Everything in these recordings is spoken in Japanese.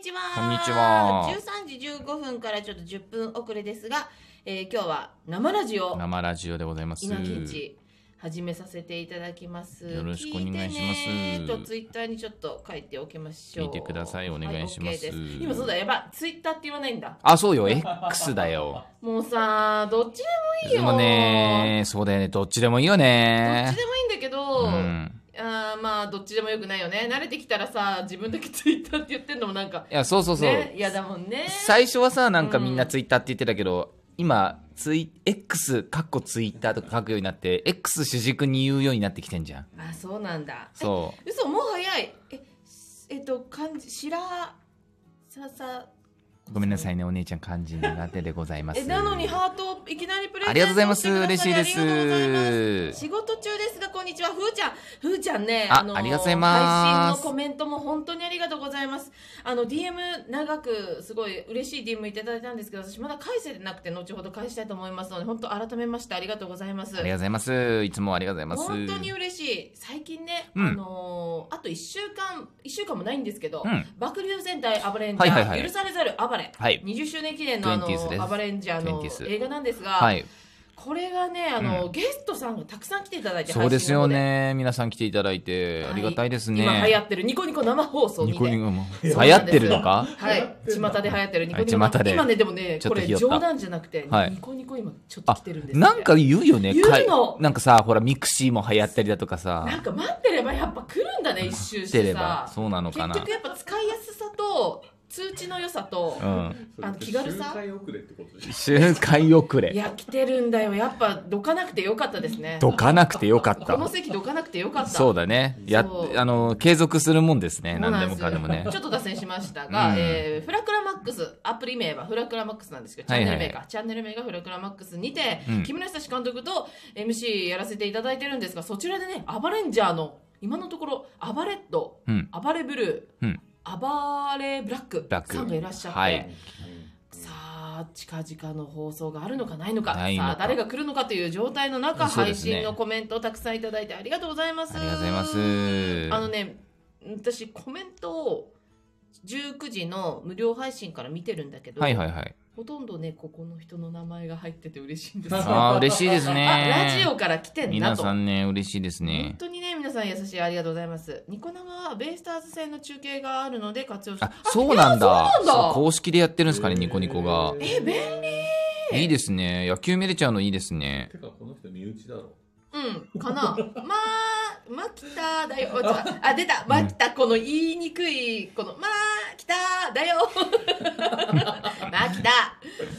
ちは。こんにちは13時15分からちょっと10分遅れですが、えー今日は生ラジオ、生ラジオでございます。稲城市、始めさせていただきます。よろしくお願いします聞いてねーとツイッターにちょっと書いておきましょう。見てくださいお願いします OK で今そうだ、やばい。ツイッターって言わないんだ。あ、そうよ、X だよ。もうさ、どっちでもいいでよ。もね、そうだよね、どっちでもいいよどっねち。でもいいんだけど、うんあーまあどっちでもよくないよね慣れてきたらさ自分だけツイッターって言ってんのもなんかいや、そうそうそう。ね嫌だもんね最初はさ、なんかみんうなんツイッターって言ってたけど、今、ツイ、X、カッコツイッターとか書くようになって、X 主軸に言うようになってきてんじゃん。あそうなんだそえ嘘もう早いえすえっと漢字白ささ う。ごめんなさいね、お姉ちゃん漢字苦手でございます。えなのにハートをいきなりプレゼントありがとうございます。てくださ嬉しいでありがとうございますす。仕事中ですがこんにちはふーちゃんふーちゃんねあのありがとうござい配ます信のコメントも本当にありがとうございますあの DM 長くすごい嬉しい DM いただいたんですけど私まだ返せてなくて後ほど返したいと思いますので本当改めましてありがとうございますありがとうございます。いつもありがとうございます。本当に嬉しい最近ね、うんあのーあと1週間1週間もないんですけど、うん爆流戦隊アバレンジャはー、いはいはい許されざる暴れ、はい20周年記念のあの 20th ですアバレンジャーの 20th 映画なんですが、はい。これがねあの、うんゲストさんがたくさん来ていただいてそうですよ配ね。皆さん来ていただいて、はいありがたいです信の方で今流行ね。ってるニコニコ生放送に、ね、ニコニコも流そう行なんっですてるのかはい巷で流行ってるニコニコはい巷で今ねでもねちょっことれひよった冗談じゃなくて、はいニコニコ今ちょっと来てるんですよなんか言うよね。言うのかいなんかさ、ほら、ミクシーも流行ったりだとかなんさ、か待ってればやっぱ来るんだね一周ししててれさば、そうなの結かな。局やっぱ使いやすさと通知の良さと、うん。あの気軽さ周回遅れってことでしょ周回遅いれ。や来てるんだよやっぱどかなくてよかったですねどかなくてよかっこのた。席どかなくてよかったそうだね。やっそう、あの、継続するもんですね。そう何なでんもすかんでもね。ちょっと脱線しましたが、うんえーフラクラマックスアプリ名はフラクラマックスなんですけどチャンネル名はいか、はいチャンネル名がフラクラマックスにて、うん木村久志監督と MC やらせていただいてるんですがそちらでねアバレンジャーの今のところアバレットうん。アバレブルー、うんアバレブラックラックさんがいらっしゃって、はいさあ近々の放送があるのかないのかないのかさあ誰が来るのかという状態の中、そうで配すね信のコメントをたくさんいただいてありがとうございますありがとうございますあのね私コメントを19時の無料配信から見てるんだけど、はいは いはい。ほとんどねここの人の名前が入ってて嬉しいんですよああ、嬉しいですあラジね。オから来てんだ皆とさんね、嬉しいです本ね。当にね皆さん優しいありがとうございますニコ生はベイスターズ戦の中継があるので活用しあ、そうなんだ。そうなんだそう公式でやってるんですかね、ニコニコが。え便利いいですね。野球見れちゃうのいいですね。てかこの人身内だろうんかなまあまきただよあ違うあ出たまきたこの言いにくいこのまあきただよ まきた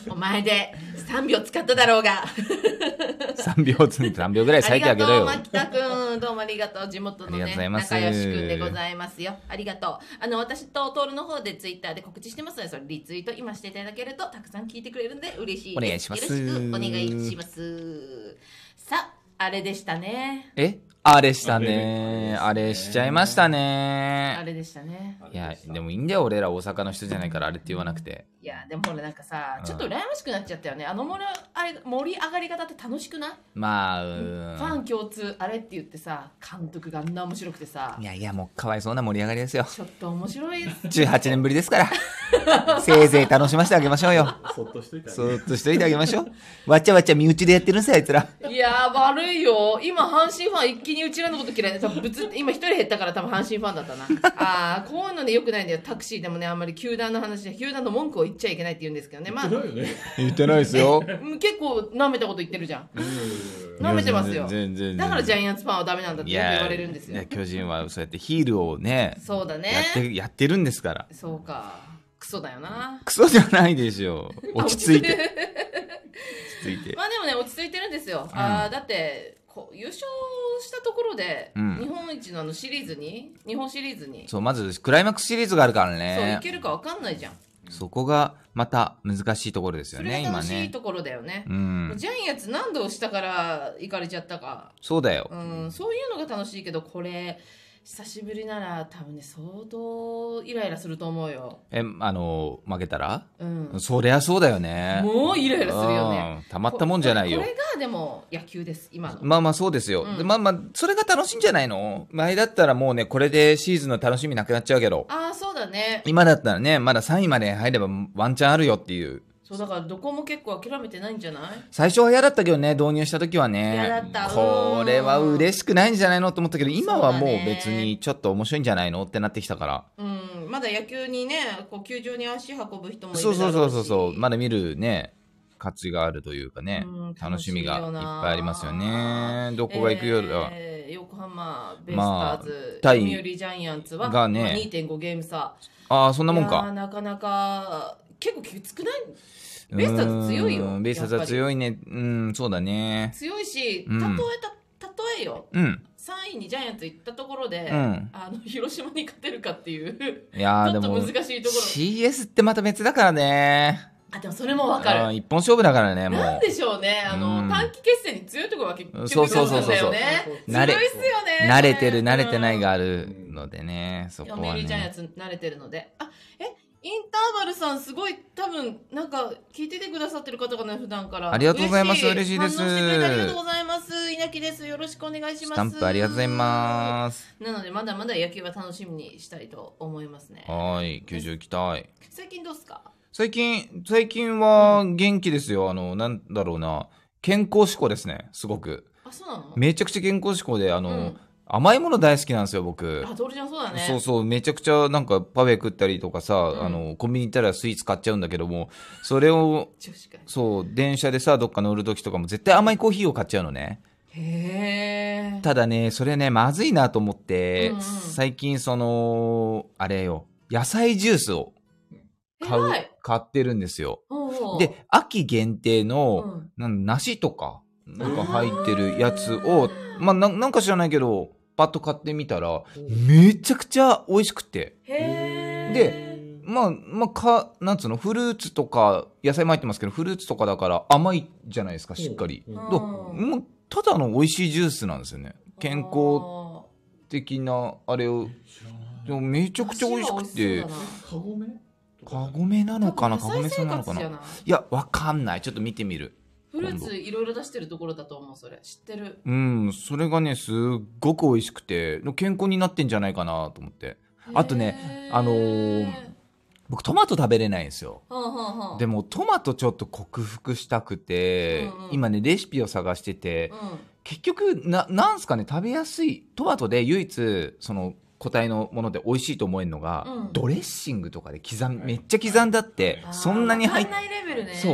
お前で3秒使っただろうが3秒つ、3秒ぐらい あ咲りいてがあげろとうよ。牧田君どうもありがとう地元のありがとねうございます仲良し君でございますよありがとうあの私とトールの方でツイッターで告知してますのでそれリツイート今していただけるとたくさん聞いてくれるんで嬉しいですお願いしますよろしくお願いしますさああれでしたねえあれしたね。あれしちゃいましたあね。れでしたねあれいや、でもいいんだよ。俺ら大阪の人じゃないから、あれって言わなくて。いやでもほらなんかさちょっと羨ましくなっちゃったよねあの盛りあれ盛り上がり方って楽しくないまあ、うファーん。ン共通あれって言ってさ監督があんな面白くてさいやいや、もうかわいそうな盛り上がりですよ。ちょっと面白い 18年ぶりで すから。せいぜい楽しませてあげましょうよ。そっとしといたらそーっとしといてあげましょう。わちゃわちゃ身内でやってるんですよ、あいつら。いやー悪いよ今阪神ファン一気にうちらのこと嫌いで多分ぶつ今一人減ったから多分阪神ファンだったな あーこういうのねよくないんだよタクシーでもねあんまり球団の話で球団の文句を言っちゃいけないって言うんですけどねまあひどいよね言ってないで すよ。うん結構舐めたこと言ってるじゃんうん舐めてますよ全然全然だからジャイアンツファンはダメなんだっていよくや言われるんですいよや巨人はそうやってヒールをねそうだねやってやってるんですからそうかクソだよなクソじゃないで しょう落ち着いて落ち着いてまあでもね落ち着いてるんですよ、うんあーだってこう優勝したところで、うん日本一のあのシリーズに日本シリーズにそうまずクライマックスシリーズがあるかそらういねけるかわかんないじゃんそこがまた難しいところですよそれねが今楽しいねところだよねう。んジャイアンツ何度押したから行かれちゃったか、そうだようん、そういうのが楽しいけどこれ久しぶりなら多分ね相当イライラすると思うよえあの負けたら、うんそりゃそうだよねもうイライラするよねうんたまったもんじゃないよこれこれがでも野球です今のまあまあそうですよ、うんでまあまあそれが楽しいんじゃないの前だったらもうねこれでシーズンの楽しみなくなっちゃうけどああそうだね今だったらねまだ3位まで入ればワンチャンあるよっていうそうだからどこも結構諦めてないんじゃない最初は嫌だったけどね導入した時は嫌だねったこれはしい嬉しくないんじゃないのと思ったけど今はもそううだね別にちょっと面白いんじゃないのってなってきたからうんまだ野球にねこう球場に足運ぶ人もいるだろうしそうそうそうそうそうまだ見るね価値があるというかねうん楽しみがいっ楽しいよなぱいありますよねどこが行くよりは、えー横浜ベイスターズ、まあ対読売ジャイアンツはがねまあ2.5ゲーム差ああそんなもんいやーかなかなか結構きつくないベイスターズ強いようんベイスターズは強いねうんそうだね強いし例うんえた、例えようん3位にジャイアンツ行ったところで、うんあの広島に勝てるかっていう ちいやょーっでとも難しいところ CS ってまた別だからねあでもそれもわかうんる一本勝負だからねもなんうでしょうねあの、うん短期決戦に強いところは結局そうそうそうそうだよね慣れ強いっすよね慣れてる慣れてないががあるのでねそこ読は売ジャイアンねツ慣れてるので。あ、え、インターバルさんすごい多分なんか聞いててくださってる方がね普段から。ありがとうございます嬉しいです反応してくれてありがとうございます。稲木です。よろしくお願いしスます。タンプありがとうございますす。なのでまだまだ野球は楽しみにしたいと思いますね。はーい球場行きたい最近どうっすか？最近最近は元気ですよあのなんだろうな健康志向ですねすごくあ、そうなの？めちゃくちゃ健康志向であの、うん甘いもの大好きなんですよ僕あ、トルちゃんそうだね。そうそう、めちゃくちゃなんかパフェ食ったりとかさ、うんあの、コンビニ行ったらスイーツ買っちゃうんだけども、それを、女子会。そう、電車でさ、どっか乗る時とかも絶対甘いコーヒーを買っちゃうのね。へえ。ただね、それね、まずいなと思って、うんうん最近その、あれよ、野菜ジュースを買う偉い、買ってるんですよ。おうおう、で、秋限定の、うんなん梨とか、なんか入ってるやつを、まあ、ななんか知らないけど、パッと買ってみたら、めちゃくちゃ美味しくて。へえ。でまあ、まあ、か、なんつうの、フルーツとか、野菜も入ってますけど、フルーツとかだから甘いじゃないですか、しっかり。うんうんどもう、ただの美味しいジュースなんですよね。健康康的な、あれを。知らないでも、めちゃくちゃ美味しくて。カゴメカゴメなのかなカゴメさんなのかないなや、わかんない。ちょっと見てみる。フルーツいろいろ出してるところだと思うそれ知ってるうん、それがね、すっごく美味しくて、健康になってんじゃないかなと思って。あとねへあのー僕、トマト食べれないんですよ。はんはんはんでも、トマトちょっと克服したくて、うんうん今ね、レシピを探してて、うん結局ななんすかね食べやすいトマトで唯一その個体のもので美味しいと思えるのが、うんドレッシングとかで刻んめっちゃ刻んだって、あーそんなに入っわかんないレベルねそう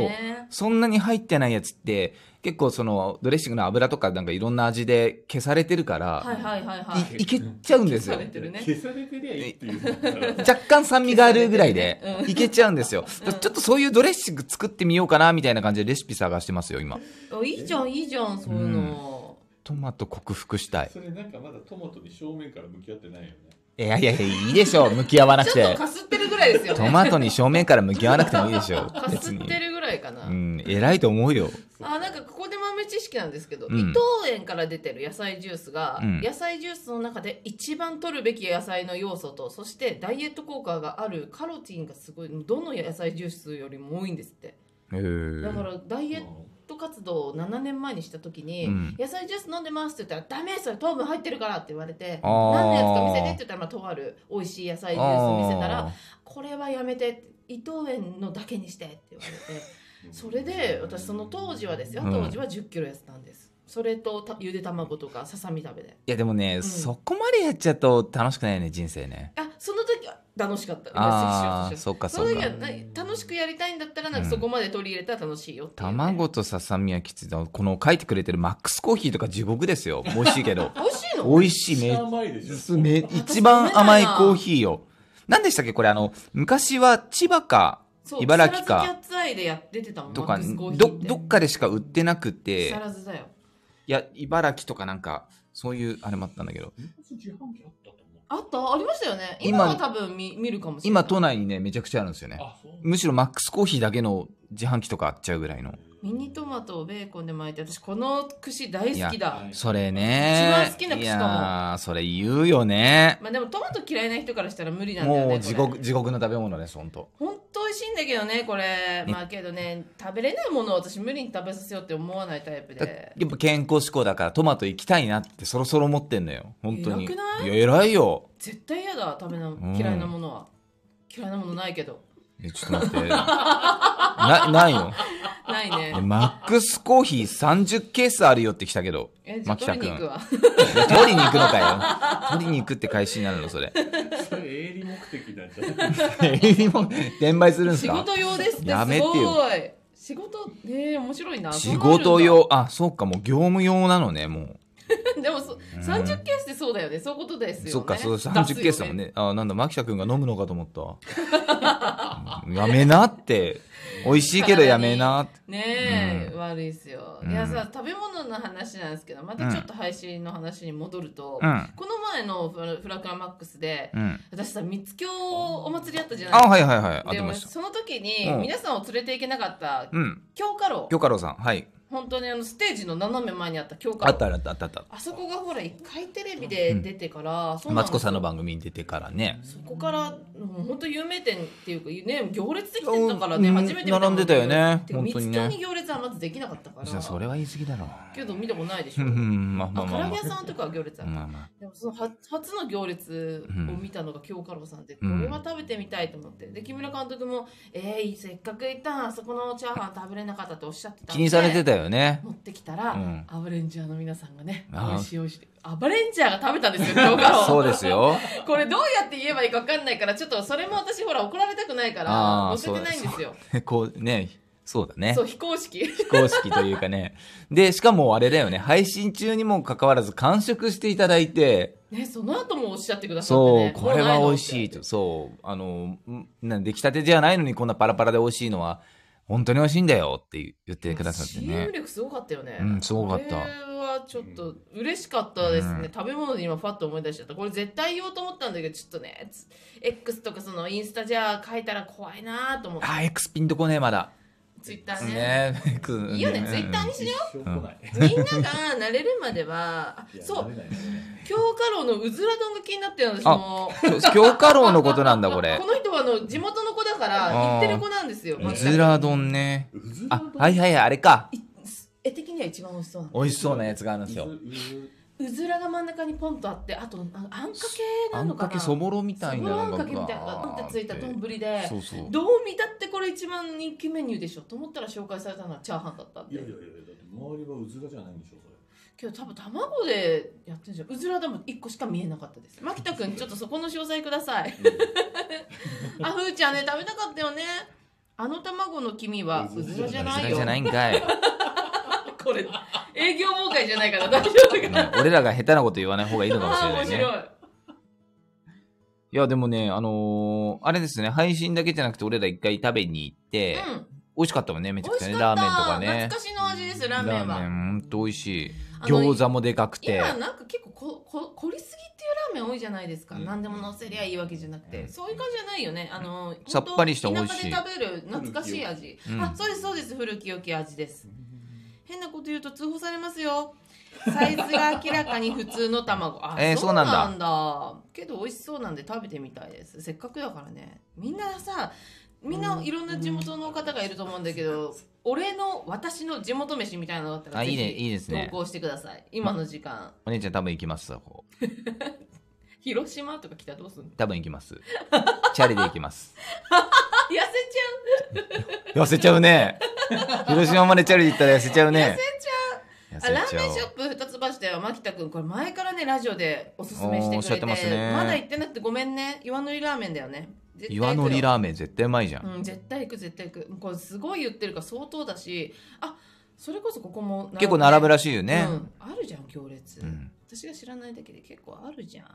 そんなに入ってないやつって結構そのドレッシングの油とかなんかいろんな味で消されてるから、はいはいはいはいいいけちゃうんです消さよれてるね消されてりゃいいっていうのが若干酸味があるぐらいで消されてるねうんいけちゃうんですよ、だからちょっとそういうドレッシング作ってみようかなみたいな感じでレシピ探してますよ今おいいじゃんいいじゃんそういうの、トマト克服したいそれなんかまだトマトに正面から向き合ってないよねいやいやいやいいでしょう向き合わなくちょってとかすってるぐらいですよトねマトに正面から向き合わなくてもいいでしょか別すっに。てるぐらいかな、うん、偉いと思うよ。あなんかここで豆知識なんですけど、うん伊藤園から出てる野菜ジュースが、うん野菜ジュースの中で一番取るべき野菜の要素とそしてダイエット効果があるカロティンがすごいどの野菜ジュースよりも多いんですってへーだからダイエッうんト活動を7年前にした時に、うん野菜ジュース飲んでますって言ったら「ダメそれ糖分入ってるから」って言われて「あー何のやつか見せて」って言ったら、まあ、とある美味しい野菜ジュースを見せたあら「これはやめて」伊藤園のだけにしてって言われてそれで私その当時はですようん当時は1 0キロ痩せたんです、それとたゆで卵とかささみ食べでいやでもね、そこまでやっちゃうと楽しくないよね、人生ね。あその時は楽しかった今摂取しようああ、としてそっかそそのっ時はか。な楽しくやりたいんだったらなんかそこまで取り入れたら楽しいよっていうね、卵とささみはきついだろうこの書いてくれてるマックスコーヒーとか地獄で 。すよ。美味しいけど美味しいの美味しいめめっちゃ甘いでしょすめ一番甘いコーヒーよ。何でしたっけこれあの、昔は千葉かそう茨城か木更津キャッツアイでやってたもんとか、マックスコーヒど、ーてどっかでしか売ってなく木て、更津だよいや、茨城とかなんか、そういうあれもあったんだけど。昔自販機あったと思うあったありましたよね今今は多分見見るかもしれな今い都内にねめちゃくちゃあるんですよねあそうむしろマックスコーヒーだけの自販機とかあっちゃうぐらいのえーミニトマトをベーコンで巻いて私この串大好きだいやそれね。一番好きな串いかもやーそれ言うよね。まあでもトマト嫌いな人からしたら無理なんだよねもこうれ地獄、地獄の食べ物です、ほんと。本当美味しいんだけどねこれまあけどね食べれないものを私無理に食べさせようって思わないタイプだでやっぱ健康志向だからトマト行きたいなってそろそろ思ってんのよ。本当に。偉くないや、偉いよ。絶対嫌だ食べなうん嫌いなものは、嫌いなものないけどえ、ちょっと待 って。な、ないよ。ないえねマックスコーヒー30ケースあるよって来たけど。えじゃあ牧田取り君。に行くわ取りに行くのかよ。取りに行くって返しになるの、そ れ。それ営利目的なんじゃない転売するんです仕か事用ですってやめすてよごい仕事ねえ面白いな仕事用そ、あ、そうか、もう業務用なのね、もう。うなるんだでもそ30ケースってそうだよねそういうことですよねそっか、そう、30ケースだもんね。あ、なんだ、牧田くんが飲むのかと思った。うんやめなって。美味しいけどやめなって。出すよねねえ、う悪いですよ、うんいやさ食べ物の話なんですけどまたちょっと配信の話に戻ると、うん。この前のフラフラクラマックスで、うん。私さ三つ京お祭りあったじゃないあ、はいはいはい。当でてもました。その時にうん皆さんを連れて行けなかったうん。京華楼京華楼さん。はい。本当にあのステージの斜め前にあった京華あ楼ったあったあったあった。あそこがほら一回テレビで出てから、そうなマツコさんの番番組に出てからね。そこからもう本当有名店っていうかね行列できてたからねうん初めて見た並んでたよねてか本当にね三つ京に行列はまずできなかったからじゃあそれは言い過ぎだろ。けど見たことないでしょうん、まあまああ唐まあ揚まげ屋あ。さんとかは行列あったまあまあ。でもその初初の行列を見たのが京華楼さんで、うんこれは食べてみたいと思ってで木村監督も「えー、せっかく行ったのあそこのチャーハン食べれなかった」っておっしゃってたんで気にされてたよね。持ってきたら、うんアバレンジャーの皆さんがね美あー味しい美味しいアバレンジャーが食べたん ですよ京華楼そうですよ。 これどうやって言えばいいか分かんないからちょっとそれも私ほら怒られたくないからあー教えてないんですよこうね、そうだねそ。う非公式非公式というかね。で、しかもあれだよね、配信中にもかかわらず完食していただいて、ねその後もおっしゃってくださってそう、ねこれは美味しいとと。そう、あの、んなん出来たてじゃないのにこんなパラパラで美味しいのは、本当に美味しいんだよって言ってくださって CM ね。力すごかったよね。うんすごかったこれはちょっと嬉しかったですね。うん食べ物で今ファッと思い出しちゃった。これ絶対言おうと思ったんだけど、ちょっとね、つ X とかそのインスタじゃ書いたら怖いなと思って。あ、X ピンとこねえ、まだ。ツイッターね。ねえ、X いいよね、ツイッターにし一よ生来ない。う。みんなが慣れるまでは、あいやそ 慣う、れないですね京華楼のうずら丼が気になってるの、私あも。うんそう京華楼のことなんだ、これこ。の人はあの地元の子だから、あー行ってる子なんですよ。ううまさずにら丼ね。うずらあ丼、はいはいはい、あれか。絵的には一番美味しそうなの。美味しそうなやつがあるんですよ。うずうずらが真ん中にポンとあって、あと、ああんかけあなのんかかなけそぼろみたいなそぼのろあがんかけみたいなのがバードンッってついた丼でそうそうどう見たってこれ一番人気メニューでしょと思ったら紹介されたのはチャーハンだったんいやいやでいやいや、だって周りはうずらじゃないんでしょ、それ。けど多分卵でやってるじゃんうずらでも1個しか見えなかったです牧田君ちょっとそこの詳細くださ いあふーちゃんね食べたかったよねあの卵の黄身はうずらじゃうずないらよじゃないんかい、 これ営業妨害じゃないから大丈夫かうんな俺らが下手なこと言わない方がいいのかもしあれーな面いね白いいやでもねあのーあれですね配信だけじゃなくて俺ら一回食べに行って、うん美味しかったもんねめちゃ美味くちゃしねかラっーメンとたかね懐かしの味ですラーメンラーメンはほんと美味しいあの餃子もでかくて今なんか結構ここ凝りすぎっていうラーメン多いじゃないですか、うん何でも乗せりゃいいわけじゃなくて、うんそういう感じじゃないよねあのさっぱりして美味しい本当田舎で食べる懐かしい味、うんあそうですそうです古き良き味です変なこと言うと通報されますよサイズが明らかに普通の卵あえーそうなんだそうなんだけど美味しそうなんで食べてみたいですせっかくだからねみんなさみんないろんな地元の方がいると思うんだけど俺の私の地元飯みたいなのだったらあぜいひいねいいですね投稿してください今の時間お姉ちゃん多分行きますそこ広島とか来たらどうすんの多分行きますチャリで行き ますあ痩せちゃ痩せちゃうね広島までチャリで行ったら痩せちゃうね痩うあラーメンうショップ二つ橋では牧田君これ前からねラジオでおすすめしておーおっくしゃれっててますねまだ行ってなくてごめんね岩のりラーメンだよね絶対行くよ岩のりラーメン絶対うまいじゃん、うん絶対行く絶対行くこれすごい言ってるから相当だしあそれこそここも結構並ぶららしいよね、うん、あるじゃん行列、うん私が知らないだけで結構あるじゃんう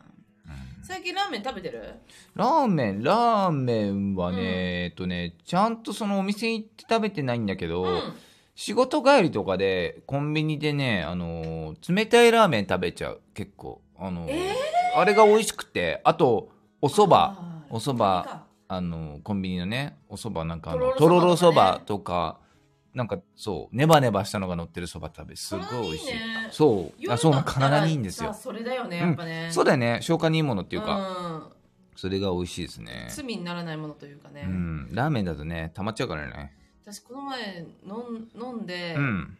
ん最近ラーメン食べてるラーメン、ラーメンはね、うんえっとね、ちゃんとそのお店行って食べてないんだけど、うん仕事帰りとかでコンビニでね、あのー冷たいラーメン食べちゃう、結構。あのーえあれが美味しくて、あと、お蕎麦、あーお蕎麦あのーコンビニのね、お�ôbaなんかあの、ととろろろろそそばばとか、なんかそうネバネバしたのが乗ってるそば食べすごい美味しいねそうあそう夜だったら体にいいんですよさそれだよねやっぱね、そうだっだよね消化にいいものってていうか、それが美味しいですね罪にならないものというかね、うんラーメンだとね溜まっちゃうからね私この前飲ん飲んで、うん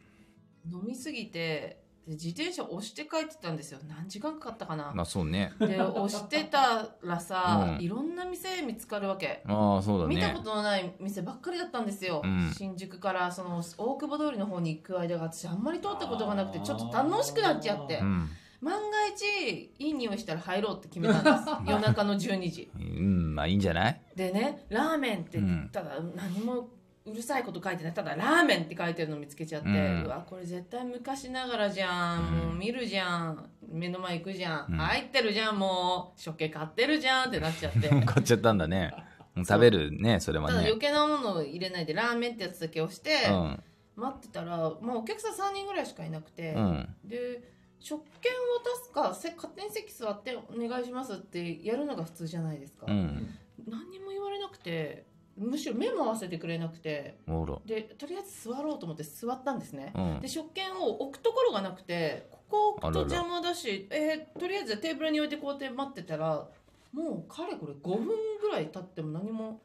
飲みすぎてで自転車押して帰ってたんですよ何時間かかったかな、まあそうねで押してたらさ、うんいろんな店見つかるわけ、ああそうだね見たことのない店ばっかりだったんですよ、うん新宿からその大久保通りの方に行く間が私あんまり通ったことがなくてあーちょっと楽しくなっちゃってうん万が一いい匂いしたら入ろうって決めたんです 夜中の12時うんまあいいんじゃない でねラーメンってうんただ何もうるさいこと書いてないただラーメンって書いてるの見つけちゃって、ううんわこれ絶対昔ながらじゃん、うんもう見るじゃん目の前行くじゃん、うん入ってるじゃんもう食券買ってるじゃんってなっちゃって 買っちゃったんだねもう食べるねそれはただね余計なものを入れないでラーメンってやつだけ押して、うん待ってたら、まあ、お客さん3人ぐらいしかいなくて、うんで食券渡すかせ勝手に席座ってお願いしますってやるのが普通じゃないですか、うん何にも言われなくてむしろ目も合わせてくれなくてほらでとりあえず座ろうと思って座ったんですね、うんで食券を置くところがなくてここ置くとあらら邪魔だしえーとりあえずテーブルに置いてこうやって待ってたらもうかれこれ5分ぐらい経っても何も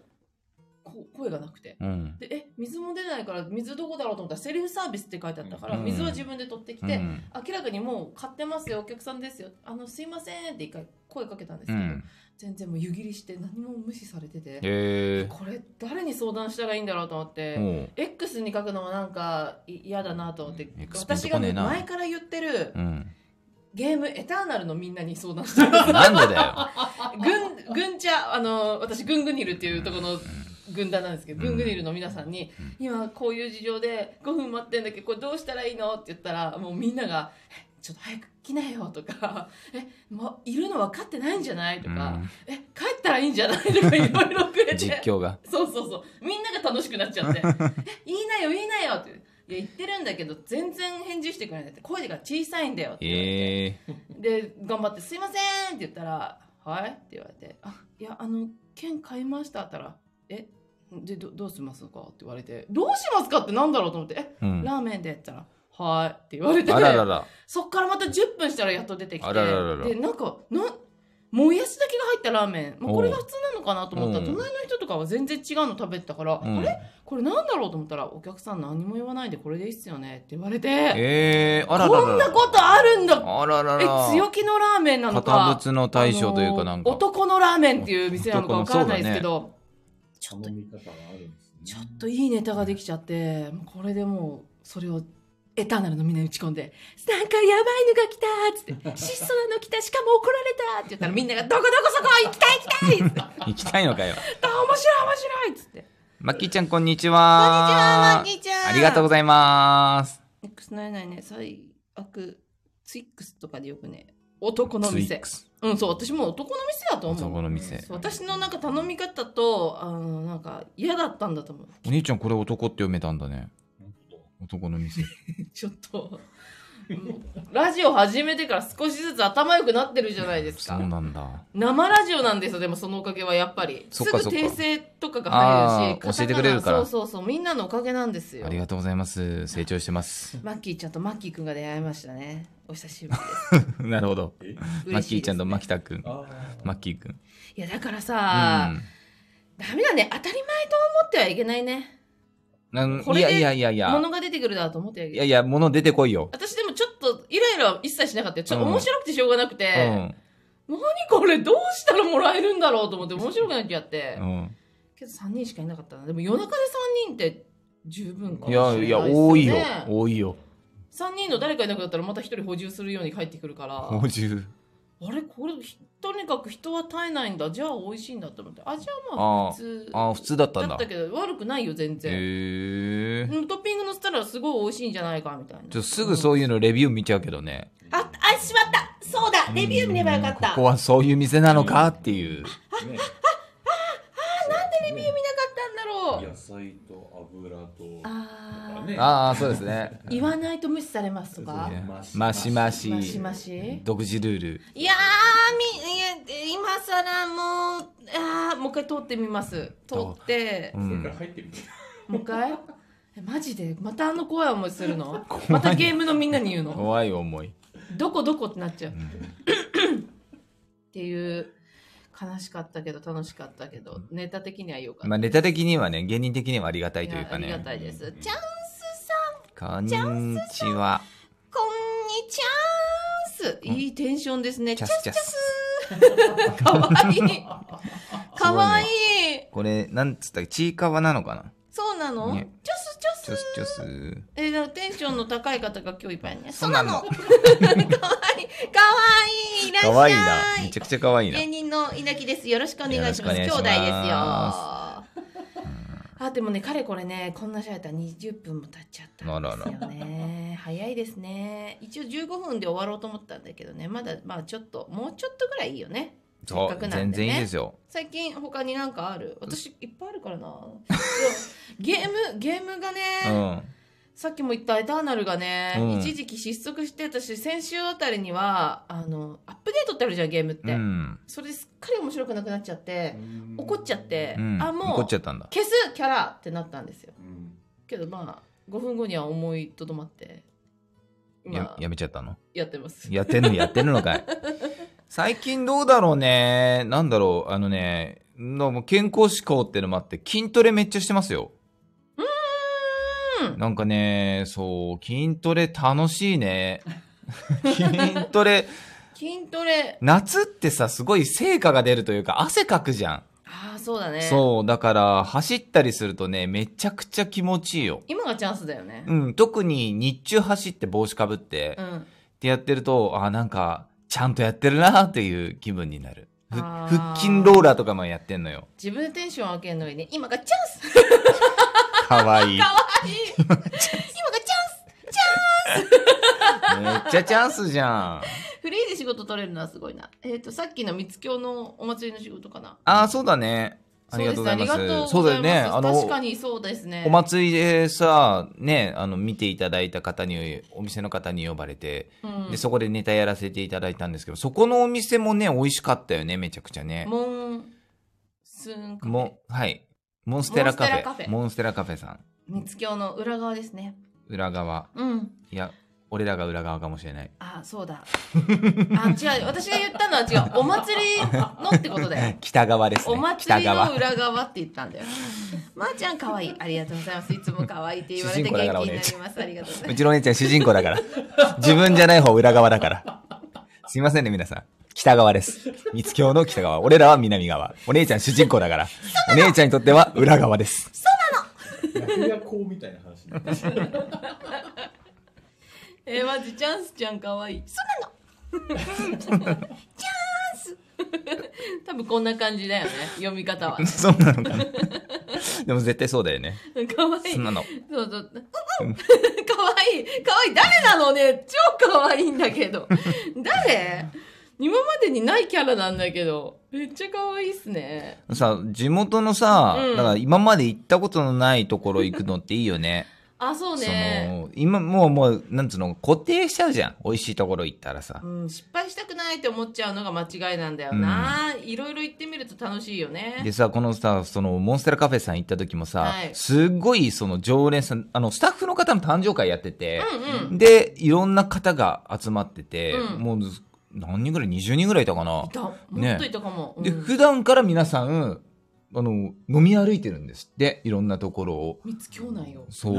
こ声がなくてうんでえ水も出ないから水どこだろうと思ったらセルフサービスって書いてあったから、うん水は自分で取ってきうて、ん明らかにもう買ってますよお客さんですよあのすいませんって一回声かけたんですけうど、ん全然もう湯切りして何も無視されててへえこれ誰に相談したらいいんだろうと思って、も X に書くのもなんかい嫌だなと思って、うん X ピンと私こがねえねな前から言ってるううんゲームエターナルのみんなに相談してる なんでだよ軍軍茶あの私軍軍にいるっていうところの軍団なんですけど、う軍んグリルの皆さんに、今こういう事情で5分待ってんだけどこれどうしたらいいのって言ったらもうみんながえ「ちょっと早く来なよ」とか「えもういるの分かってないんじゃない?」 とか「え帰ったらいいんじゃない?」とかいろいろくうれんて実況がそうそうそうみんなが楽しくなっちゃ って「え言いなよ言いなよ」って「いや言ってるんだけど全然返事してくれない」って「声が小さいんだよ」って言われて。ええで頑張って「すいません」って言ったら「はい?」って言われて「あいやあの券買いました」って言ったら「えでどどうしますか?」って言われて「どうしますか?」ってなんだろうと思って「えうんラーメンで」って言ったら「はい」って言われてあらららそっからまた10分したらやっと出てきてあららららでなんかなもやしだけが入ったラーメン、まあ、おうこれが普通なのかなと思ったらうん隣の人とかは全然違うの食べてたから「うんあれこれなんだろう?」と思ったら「お客さん何も言わないでこれでいいっすよね」って言われて、ええあらららこんなことあるんだあらららえ強気のラーメンなのか堅物の大将というかなんあかの男のラーメンっていう店なのかわからないですけど、ちょ頼っとみ方があるんですね。ちょっといいネタができちゃってもうこれでもうそれをエターナルのみんなに打ち込んで「なんかやばいのが来た!」 っつって「質素なの来たしかも怒られた!」って言ったらみんなが「どこどこそこ行きたい行きたい!」っつって「あ行きたいのかよ面白い面白い!」っつって「マッキーちゃんこんにこちんにちははマンキーちゃん」ありがとうごございざいますます X なれないね最悪ツイックスとかでよくね男のツイッ店クスうんそう私も男の店だと思う男の店そう私のなんか頼み方とあのなんか嫌だったんだと思うお兄ちゃんこれ男って読めたんだね男の店ちょっともうラジオ始めてから少しずつ頭良くなってるじゃないですそかうなんだ生ラジオなんですよでもそのおかげはやっぱりすそっかぐそっか訂正とかが入るしカあータカナ教えてくれるからそうそうそうみんなのおかげなんですよありがとうございます成長してます マッキーちゃんとマッキーくんが出会いましたねお久しぶりですなるほどえ マッキーちゃんとマキタタくんあマッキーくんいやだからさ、ダメだね当たり前と思ってはいけないねうんこいれやでいやいやいや物が出てくるだと思ってはいけいなやいいや物出てこいよ私でもちょっとイライラは一切しなかったよ。ちょっとうん面白くてしょうがなくうて、ん何これどうしたらもらえるんだろうと思って面白くなっちゃって。うんけど3人しかいなかったな。でも夜中で3人って十分かもいしれなやいですいよやね。多いよ多いよ3人の誰かいなくなったらまた1人補充するように帰ってくる から、補充あれこれひとにかく人は絶えないんだ。じゃあ美味しいんだと思って。あ、じゃあまああー普通。あー普通だったんだだったけど悪くないよ全然。へえうんトッピングのせたらすごい美味しいんじゃないかみたいな。ちょすぐそういうのレビュー見ちゃうけどねあ、あ、しまったそうだレビュー見ればよかったここはそういう店なのかっていうあ、ね、あ、なんでレビ見ュー見なかったんだろう野菜と油と。ああ、ねああそうですね言わないと無視されますとか。マシマシマシマシ独自ルールいやーみいや今さらもうあーもう一回通ってみます通ってうそれかんら入ってみて。もう一回えマジでまたあの怖い思いするの怖いまたゲームのみんなに言うの怖い思い、どこどこってなっちゃうっうんていう悲しかったけど楽しかったけどネタ的には良かった、まあ、ネタ的にはね芸人的にはありがたいというかありがねたいです、うんチャンスさんこんにちはこんにちはーすいいテンションですねチチャャススチチャャススかわいいかわ いいこれなんつったっけちいかわなのかなそうなの、ねチャスチャスチョスチョスえー、だからテンションの高い方が今日いっぱいね。そうなの かわいい。かわいい。いらっしゃい。可愛いなめちゃくちゃ可愛いな芸人の稲木です。よろしくお願いします。よろし兄くお弟で願いすしよ。まあ、でもね、彼これね、こんな喋ったら20分も経っちゃったんですよね。早いですね。一応15分で終わろうと思ったんだけどね、まだまあちょっと、もうちょっとぐらいいいよね。そせっかうくなん全でね然いいですよ最近他になんかある私いっぱいあるからな。 でもゲーム、ゲームがね、うんさっきも言ったエターナルがね、うん一時期失速して私先週あたりにはあのアップデートってあるじゃんゲームって、うんそれですっかり面白くなくなっちゃって、怒っちゃって、うんあもう怒っちゃったんだ消すキャラってなったんですようんけどまあ5分後には思いとどまって今やややめちゃったのってますやってんのやってるのかい最近どうだろうねなんだろうあのねどうも健康志向ってのもあって筋トレめっちゃしてますようーんなんかねそう筋トレ楽しいね筋トレ筋トレ夏ってさすごい成果が出るというか汗かくじゃん、ああそうだねそうだから走ったりするとねめちゃくちゃ気持ちいいよ今がチャンスだよねうん、特に日中走って帽子かぶって、うっん、てやってるとあなんかちゃんとやってるなっていう気分になるふあー腹筋ローラーとかもやってんのよ自分でテンション上げるのにね今がチャンス かわいいめっはい今がチャンスちゃチャンスじゃんフリーで仕事取れるのはすごいな。えっ、と、さっきの三つ京のお祭りの仕事かな。ああそうだねありがとうございますそうですありがとうそうごだざいまよすねあ確のかにそうですね。お祭りでさねあの見ていただいた方にお店の方に呼ばれて、うんでそこでネタやらせていただいたんですけどそこのお店もね美味しかったよねめちゃくちゃねモンスンカフェもはいモンステラカフモンステラカフェェモンステラカフェさん三つ京の裏側ですね。裏側うん。いや俺らが裏側かもしれない。あ、そうだ。あ、違う。私が言ったのは違う。お祭りのってことだよ 北側ですねお祭北りの側裏側って言ったんだよ。まー、ちゃん可愛い。ありがとうございます。いつも可愛いって言われて主人元気公だにからなおり姉まちす。ありがとうございう まちのお姉ちゃん主人公だから自分じゃない方裏側だからすいませんね皆さん北側です三つ京の北側俺らは南側お姉ちゃん主人公だからお姉ちゃんにとっては裏側です 楽屋こうみたいな話になってきす。たえー、マジチャンスちゃん可愛い。 多分こんな感じだよね。読み 方は。そうなのかなでも絶対そうだよねかわいい。そんなのそうそう。 うんうん。かわいい。かわいい。誰なのね。超かわいいんだけ ど。誰今までにないキャラなんだけど。めっちゃかわいいっすね。さ地元のさ、うんだから今まで行ったことのないところ行くのっていいよねあ、そうね。その今もうもうなんつうの固定しちゃうじゃん美味しいところ行ったらさ、うん、失敗したくないって思っちゃうのが間違いなんだよな。いろいろ言ってみると楽しいよねで。さこのさそのモンステラカフェさん行った時もさ、はいすっごいその常連さんあのスタッフの方の誕生会やっててう、んうん。でいろんな方が集まってて、うんもう何人ぐらい20人ぐらいいたかないた。もねっといたかも。でうん普段から皆さんあの飲み歩いてるんですっていろんなところを三つ兄弟よ。そう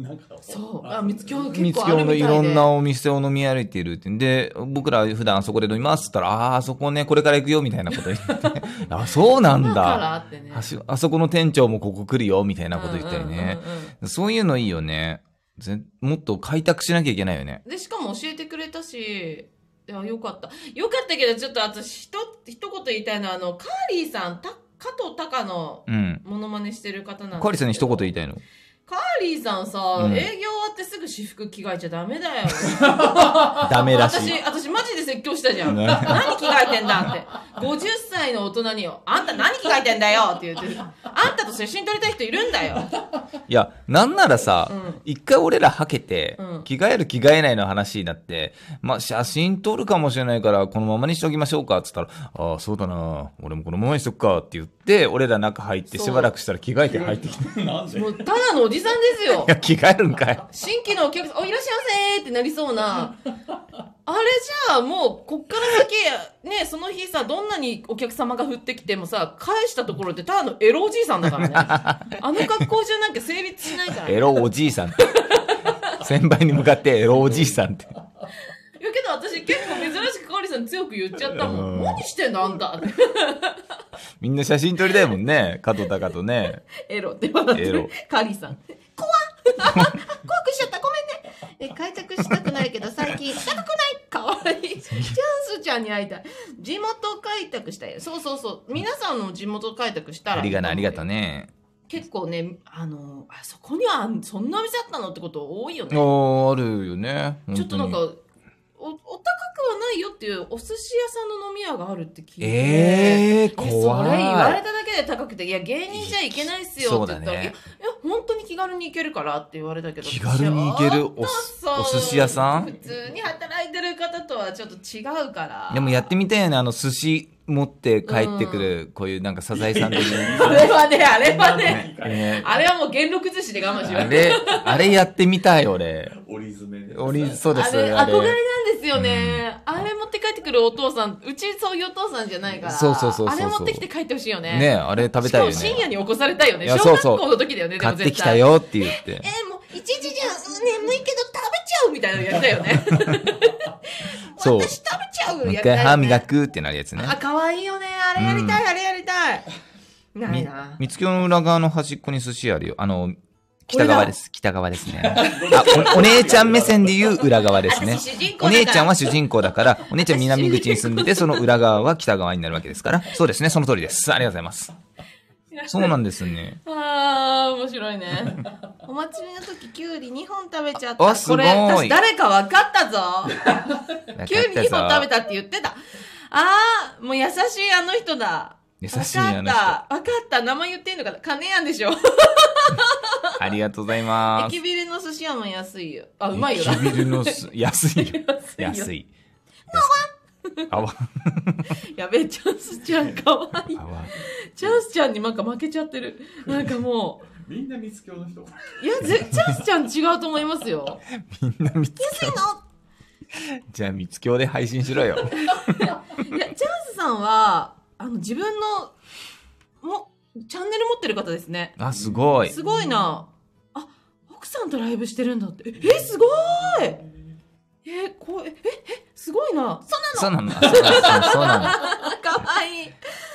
ななんかそう。あ、三つ兄弟三結つ構あるみ京のたいいで。ろんなお店を飲み歩いているって。で、僕ら普段あそこで飲みますって言ったら、ああー、あそこね、これから行くよみたいなこと言って。 あ、そうなん今かだ。らあってね。あしあそこの店長もここ来るよみたいなこと言ったりねうん。うんうんうんそういうのいいよね。ぜもっと開拓しなきゃいけないよね。でしかも教えてくれたしいやよかったよかったけどちょっと私ひと一言言いたいのはあのカーリーさんた加藤隆のうん。モノマネしてる方なんですけどカリさんに一言言いたいの。カーリーさんさ、うん営業終わってすぐ私服着替えちゃダメだ よダメらしい 私。私マジで説教したじゃんね何着替えてんだって50歳の大人によ、あんた何着替えてんだよって言って、あんたと写真撮りたい人いるんだよ。いや、なんならさうん、一、回俺らはけて、うん着替える着替えないの話になって、まあ、写真撮るかもしれないから、このままにしておきましょうか、っつったら、ああ、そうだな、俺もこのままにしとくか、って言って、俺ら中入って、そうしばらくしたら着替えて入ってきて、いなんでもうただのおじさんですよ。や、着替えるんかい。新規のお客さん、お、いらっしゃいませーってなりそうな。あれじゃあもう、こっから先、ね、その日さ、どんなにお客様が降ってきてもさ、返したところってただのエロおじいさんだからね。あの格好中なんか成立しないからね。いエロおじいさん って。先輩に向かってエロおじいさんって。やけど私結構珍しくかおりさん強く言っちゃったもうんん。何してんのあんた。みんな写真撮りたいもんね。加藤隆とね。エロって笑ってエロる。カリさん。怖っ 怖くしちゃった。ごめんね。え、開拓したくないけど最近、したくない。かわいい。チャンスちゃんに会いたい。地元開拓したい。そうそうそう。皆さんの地元開拓したあら。りがな、ありがと。ね。結構ね、あの、あそこにはあんそんなお店あったのってこと多いよね。おー、あるよね。本当にちょっとなんか、お、お高くはないよっていうお寿司屋さんの飲み屋があるって聞いて。えー、いやそれ言わ怖れい。ただけで高くて「いや芸人じゃいけないっすよ」って言ったら「そうだねいやいや本当に気軽に行けるから」って言われたけど気軽に行けるおちょっとそうお寿司屋さん普通に働いてる方とはちょっと違うからでもやってみたいよね。あの、寿司持って帰ってくる、こういうなんかサザエさん的 あな。れはねあれは ねねあれはもう元禄寿司で我慢しよあうれ、あれやってみたい、俺。折り詰めで俺、そうです。あれ憧れなんですよね、あれ持って帰ってくるお父さんうちそういうお父さんじゃないからそうそうそうそあうれ持ってきて帰ってほしいよねねあれ食べたいよね。しかも深夜に起こされたいよねいや小学そうそ校うの時だよねでも買っ絶対てきたよって言ってえ。ーもう一時じゃ眠いけど食べちゃうみたいなのやったよね。 そう。私食べちゃもうやう一ったよ回ね歯磨くってなるやつね。あ、可愛いよね。あれやりたい、あれやりたい。ないな。三つ京の裏側の端っこに寿司あるよ。あの、これだ北側です。北側ですね。あお、お姉ちゃん目線で言う裏側ですね私主人。公おだから姉ちゃんは主人公だから、お姉ちゃん南口に住んでて、その裏側は北側になるわけですから。そうですね、その通りです。ありがとうございます。そうなんですね。あー、面白いね。 お祭りの時、きゅうり2本食べちゃっあた。すごこいれ、私誰か分かった ぞ。きゅうり2本食べた。たって言ってた。あー、もう優しいあの人だ。優しいあの人分かった。分かった。名前言っていいのかな金やんでしょ。ありがとうございます駅。ビルの寿司屋も安いよ。あ、うまいよな。駅ビルのす、安いよ。 安いよ安い。あわ。やべえ、チャンスちゃんかわいいあ。わ。チャンスちゃんになんか負けちゃって る。なんかも、みんな三つ教の人いういや、ぜチャンスちゃん違うと思いますよ。みんな三つ、安いのじゃあ三つ京で配信しろよ。いや、チャンスさんは、あの、自分の、も、チャンネル持ってる方ですね。あ、すごい。すごいな。あ、奥さんとライブしてるんだって。え、えすごーいえ、こう、え、え、え、すごいな。そうなの。あそうなの。そうなの。そんなかわいい。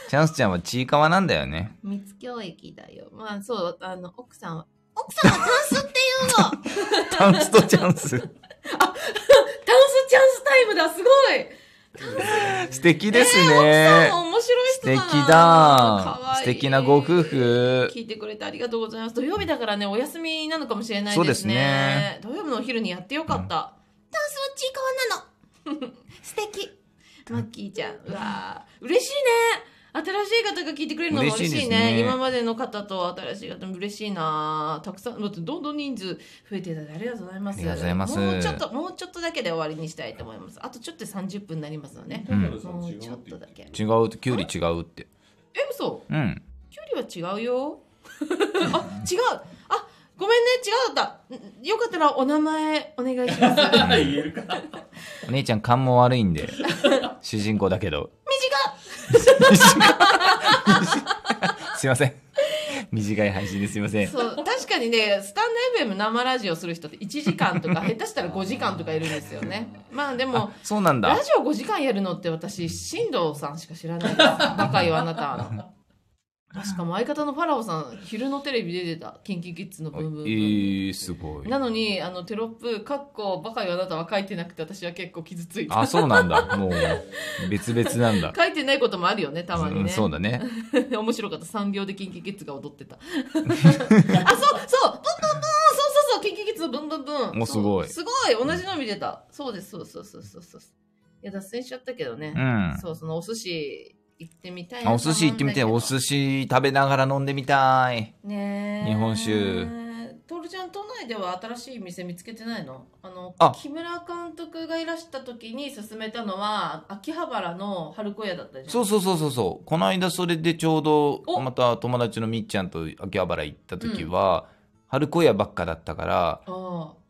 チャンスちゃんはちいかわなんだよね。 三つ教駅だよ。まあ、そう、あの、奥さんは、奥さんはタンスっていうのタンスとチャンス。タンスチャンスタイムだすごい素敵です奥ねさん。も面白い素人だな敵だかわいい素敵なご夫婦。聞いてくれてありがとうございます土曜日だからねお休みなのかもしれないですねそうですね土曜日のお昼にやってよかった、ダンスはちいかわ なの素敵マッキーちゃんうわー嬉しいね新しい方が聞いてくれるのも嬉しいね嬉しいですね今までの方と新しい方も嬉しいなたくさんだってどんどん人数増えていただいてありがとうございますありがとうございますもうちょっともうちょっとだけで終わりにしたいと思いますあとちょっとで30分になりますので、ねうんもうちょっとだけ。え、違うって、キュウリ違うって。嘘。うん。キュウリは違うよ。 あ、違う。あ、ごめんね、違うだったん。よかったらお名前お願いします。言えるかお姉ちゃん勘も悪いん で。主人公だけど。 すいません。短い配信ですいません。そう、確かにね、スタンド FM 生ラジオする人って1時間とか、下手したら5時間とかいるんですよね。まあでもあ、、そうなんだラ。ジオ5時間やるのって私、進藤さんしか知らないです。高いよ、あなた。あしかも相方のファラオさん、昼のテレビ出てた、キンキキッズのブンブンブン。えー、すごい。なのにあのテロップ「かっこバカよあなた」は書いてなくて私は結構傷ついたあ、そうなんだ。もう、別々なん だ。書いてないこともあるよねたまにね、うんそうだね。 面白かった3秒でキンキキッズが踊ってた あそうそうブンブンブンそうそうそうキンキキッズのブンブンブンおすごいそうすごい同じの見てたそうですそうそうそうそうそういや脱線しちゃったけどねう、ん。そうそのお寿司行ってみたいあお寿司行ってみて、お寿司食べながら飲んでみたい。司ねえ日本酒トルちゃん都内では新しい店見つけてないのあのあ木村監督がいらした時に勧めたのは秋葉原の春子屋だったじゃんそうそうそうそうそう。この間それでちょうど、おまた友達のみっちゃんと秋葉原行った時は、春小屋ばっかだったから、あ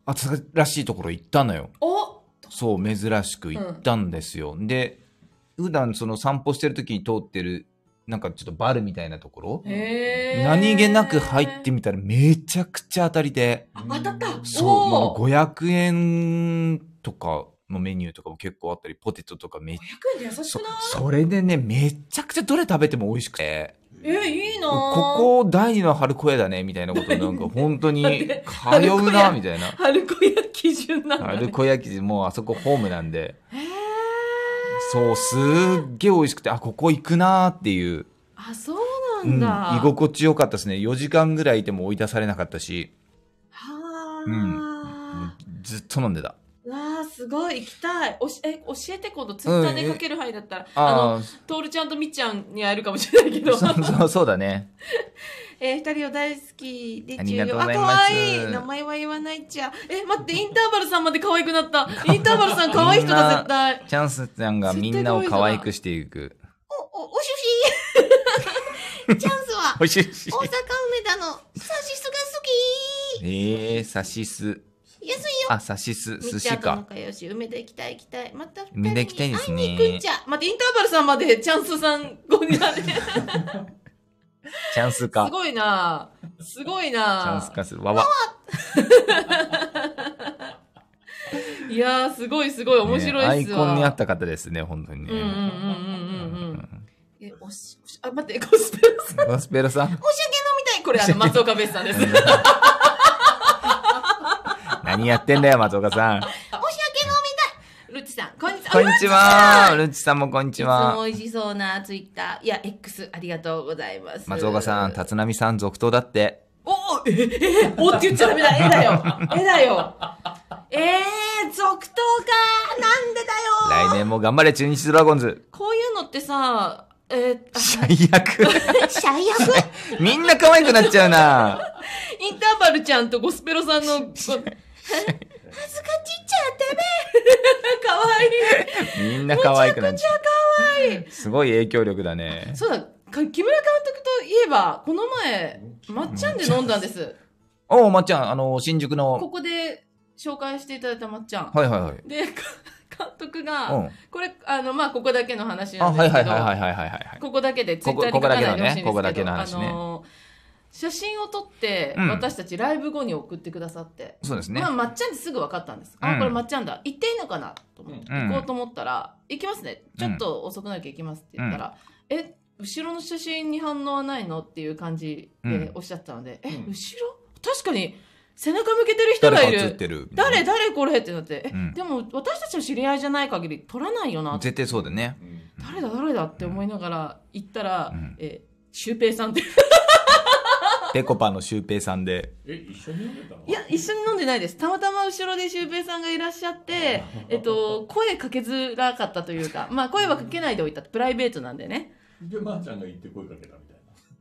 あ新しいところ行ったのよ。おそう、珍しく行ったんですよ。で、普段その散歩してる時に通ってる、なんかちょっとバルみたいなところ、へえ何気なく入ってみたらめちゃくちゃ当たりで、あ当たったそう、おーもう500円とかのメニューとかも結構あったり、ポテトとかめっちゃ100円で優しそくないそれでねめちゃくちゃどれ食べても美味しくてえいいなここ第二の春小屋だねみたいなことなんか本 当にだっ通てう春小な屋みたいな春子屋基準なんだ、春ね、小屋生地もうあそこホームなんでへえそうすっげえ美味しくてあここ行くなーっていう、あそううなんん、だ、居心地よかったですね4時間ぐらいいても追い出されなかったしはうあ、ずっと飲んでたわあすごい行きたいおしえ教えて今度ツイッターでかける範囲だったら、あのあトールちゃんとみっちゃんに会えるかもしれないけあどそうそうそうだねえー、二人を大好きでありがとうごあざいます可愛い名前は言わないっちゃえ待ってインターバルさんまで可愛くなったインターバルさん可愛い人だ絶対チャンスちゃんがみんなを可愛くしていくおおおし ゅしチャンスはおいしい梅田のサシスがええー、サシス好き安いあサシス寿みっちゃ司んとか仲良し梅田行きたい行きたいまた二人に梅田行きたいですね会いに行くんじゃ待ってインターバルさんまでチャンスさんごにだねすチャンスか。ごいなすごいチャンなスかす。わわ。いやーすごいすごい 面白いっすねアイわ、コンにあった方ですね、本当にね。うんうんうんうんうんうんえおしおしあ待ってコスプレさんみゴスペラさん、たいこれあの松岡ベースさんですおし何やってんだよ、松岡 さん。訳飲みたいルッチさんこんにちはこんにちは。ルッチさんもこんにいちつもは。美味しそうなツイッターいや X ありがとうございます松岡さん、立浪さん続投だって。おおえ、え、おって言っちゃダメだ。えだよ。えだよ。えー、続投か。なんでだよ。来年も頑張れ、中日ドラゴンズ。こういうのってさ、え ー、あ最悪。 最悪。みんな可愛くなっちゃうな。インターバルちゃんとゴスペロさん の、こ恥ずかちっちゃダメ。 かわいい。みんな可愛くなっちゃかわいい。う。すごい影響力だね。そうだ、か木村監督といえば、この前、まっちゃんで飲んだんです。おう、まっちゃん、あの、新宿のこ。こで紹介していただいたまっちゃん。はいはいはい。で、か監督が、うん。これ、あの、まあ、ここだけの話あ、なんではいすはけど、いはいはいはいはいはい。ここだけでツイこッターにこ書かないでほしいんですけど、ここだけのねここだけの話ねあのー写真を撮って、うん私たちライブ後に送ってくださって、そうですねまあ、。まっちゃんってすぐ分かったんです。うんあ、これまっちゃんだ。行っていいのかなと思って、うん行こうと思ったら、行きますね。ちょっと遅くなきゃ行きますって言ったら、え、後ろの写真に反応はないのっていう感じうんでおっしゃってたので、え、うん後ろ確かに背中向けてる人誰がいか映っる。てる。誰誰これってなって、えうんでも私たちの知り合いじゃない限り撮らないよなって絶対そうだね。うん誰だ誰だって思いながら行ったら、うんえーシュウペイさんって。ペコパのシュウペイさんで。え、一緒に飲んでたのいや、一緒に飲んでないです。たまたま後ろでシュウペイさんがいらっしゃって、えっと、声かけづらかったというか、まあ声はかけないでおいた。プライベートなんでね。で、まー、ちゃんが行って声かけたみたいな。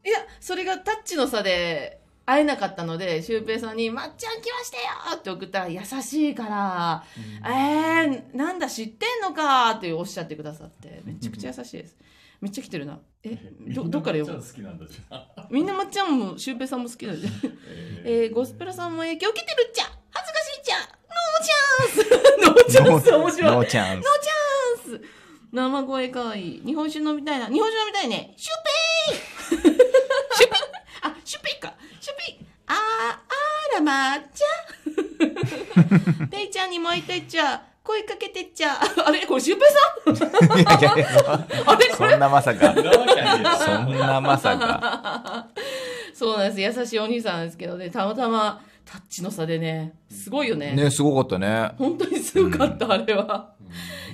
いや、それがタッチの差で会えなかったので、シュウペイさんに、まっちゃん来ましたよって送ったら、優しいから、えー、なんだ知ってんのかっておっしゃってくださって、めちゃくちゃ優しい です。めっちゃ来てるな。 え、ど、どっからみん読な むちゃん好きなんだじゃん。みんなまっちゃんもシュウペイさんも好きなんで。ええー、ゴスペラさんも影響受けてるっちゃ恥ずかしいっちゃノー チャンスノーチャンス面白いノノーーチチャンス。ャンス生声かわいい日本酒飲みたいな日本酒飲みたいねシュウペイシュウペイあシュウペイかシュウペイあーあらまっちゃペイちゃんにも会いたいっちゃ声かけてっちゃあれこれシュウペイいやいやいや、さんあれこそんれなまさか。 ー、なわけないよそんなまさか。そうなんです優しいお兄さんなんですけどねたまたまタッチの差でねすごいよね、すごかったね。本当にすごかった、あれは。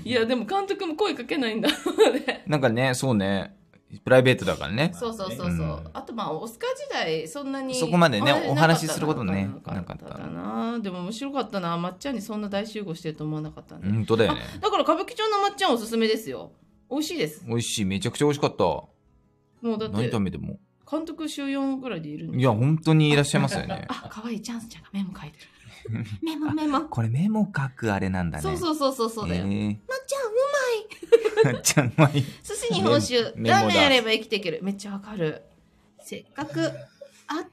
いや、でも監督も声かけないんだ。ねなんかね、そうね。プライベートだからね。そうそうそうそう。うんあとまあ、オスカー時代、そんなに。そこまでねあれお話しすることねなかったなかったな。なでも面白かったな。まっちゃんにそんな大集合してると思わなかったんで。本当だよね。だから歌舞伎町のまっちゃんおすすめですよ。美味しいです。美味しい。めちゃくちゃ美味しかった。もうだっ何て食、べても。監督週4ぐらいでいるんで。。いや、本当にいらっしゃいますよねあ、可愛いチャンスちゃんがメモ書いてる。メモメモ。これメモ書くあれなんだね。そううそうそうそうそうだよ。えまっちゃん、うー、なっちゃんうまい。ん寿司日本酒、メメラモだーメンあれば生きていける。めっちゃわかる。せっかく、あっ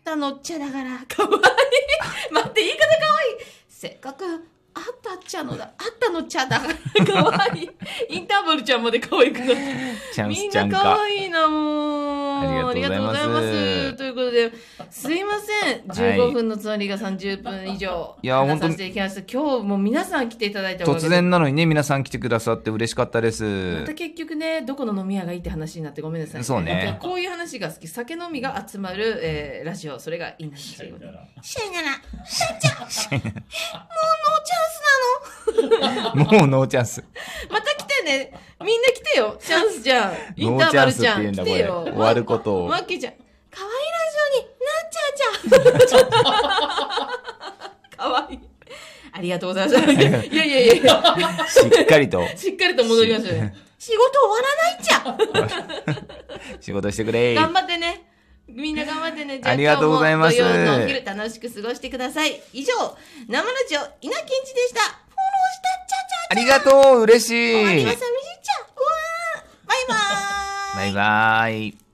たのっちゃだから、可愛い待って、言い方可愛いせっかく、あったっちゃのだ、あったのっちゃだから、可愛いインターバルちゃんまで可愛くなった。 チャンみスんちゃなん可か。愛いなもうありがとうございまありがとうございますすということですいませんはい15分のつもりが30分以上いや話本当さにせていただきました今日もう皆さん来ていただいたおかげ突で然なのにね、皆さん来てくださって嬉しかったでますた。結局ねどこの飲み屋がいいって話になってごめんなさいそうねこういう話が好き酒飲みが集まる、えーラジオそれがいいなっていうことらシャイならシャイちゃんもうノーチャンスもうノーチャンス。なのまた来てねみんな来てよチャンスじ ゃんインターノーチバャンルスっちてゃん言うんだ、来こてれ。よ終わることをマ。ッキーちゃん、可愛いラジオになっちゃうち ゃん。可愛い。ありがとうござい ます。いやいやいやいや、しっかりとしっかりと戻りま したね。仕事終わらないじゃん。仕事してくれ。頑張ってね。みんな頑張ってね。じゃありがとうございます今日も土曜のお昼楽しく過ごしてください。以上、生ラジオ、稲健一でした。フォローしたっちゃありがとう嬉しちゃ。終わりが寂しいいっちゃ。うわー。バイバーイ。バイバイ。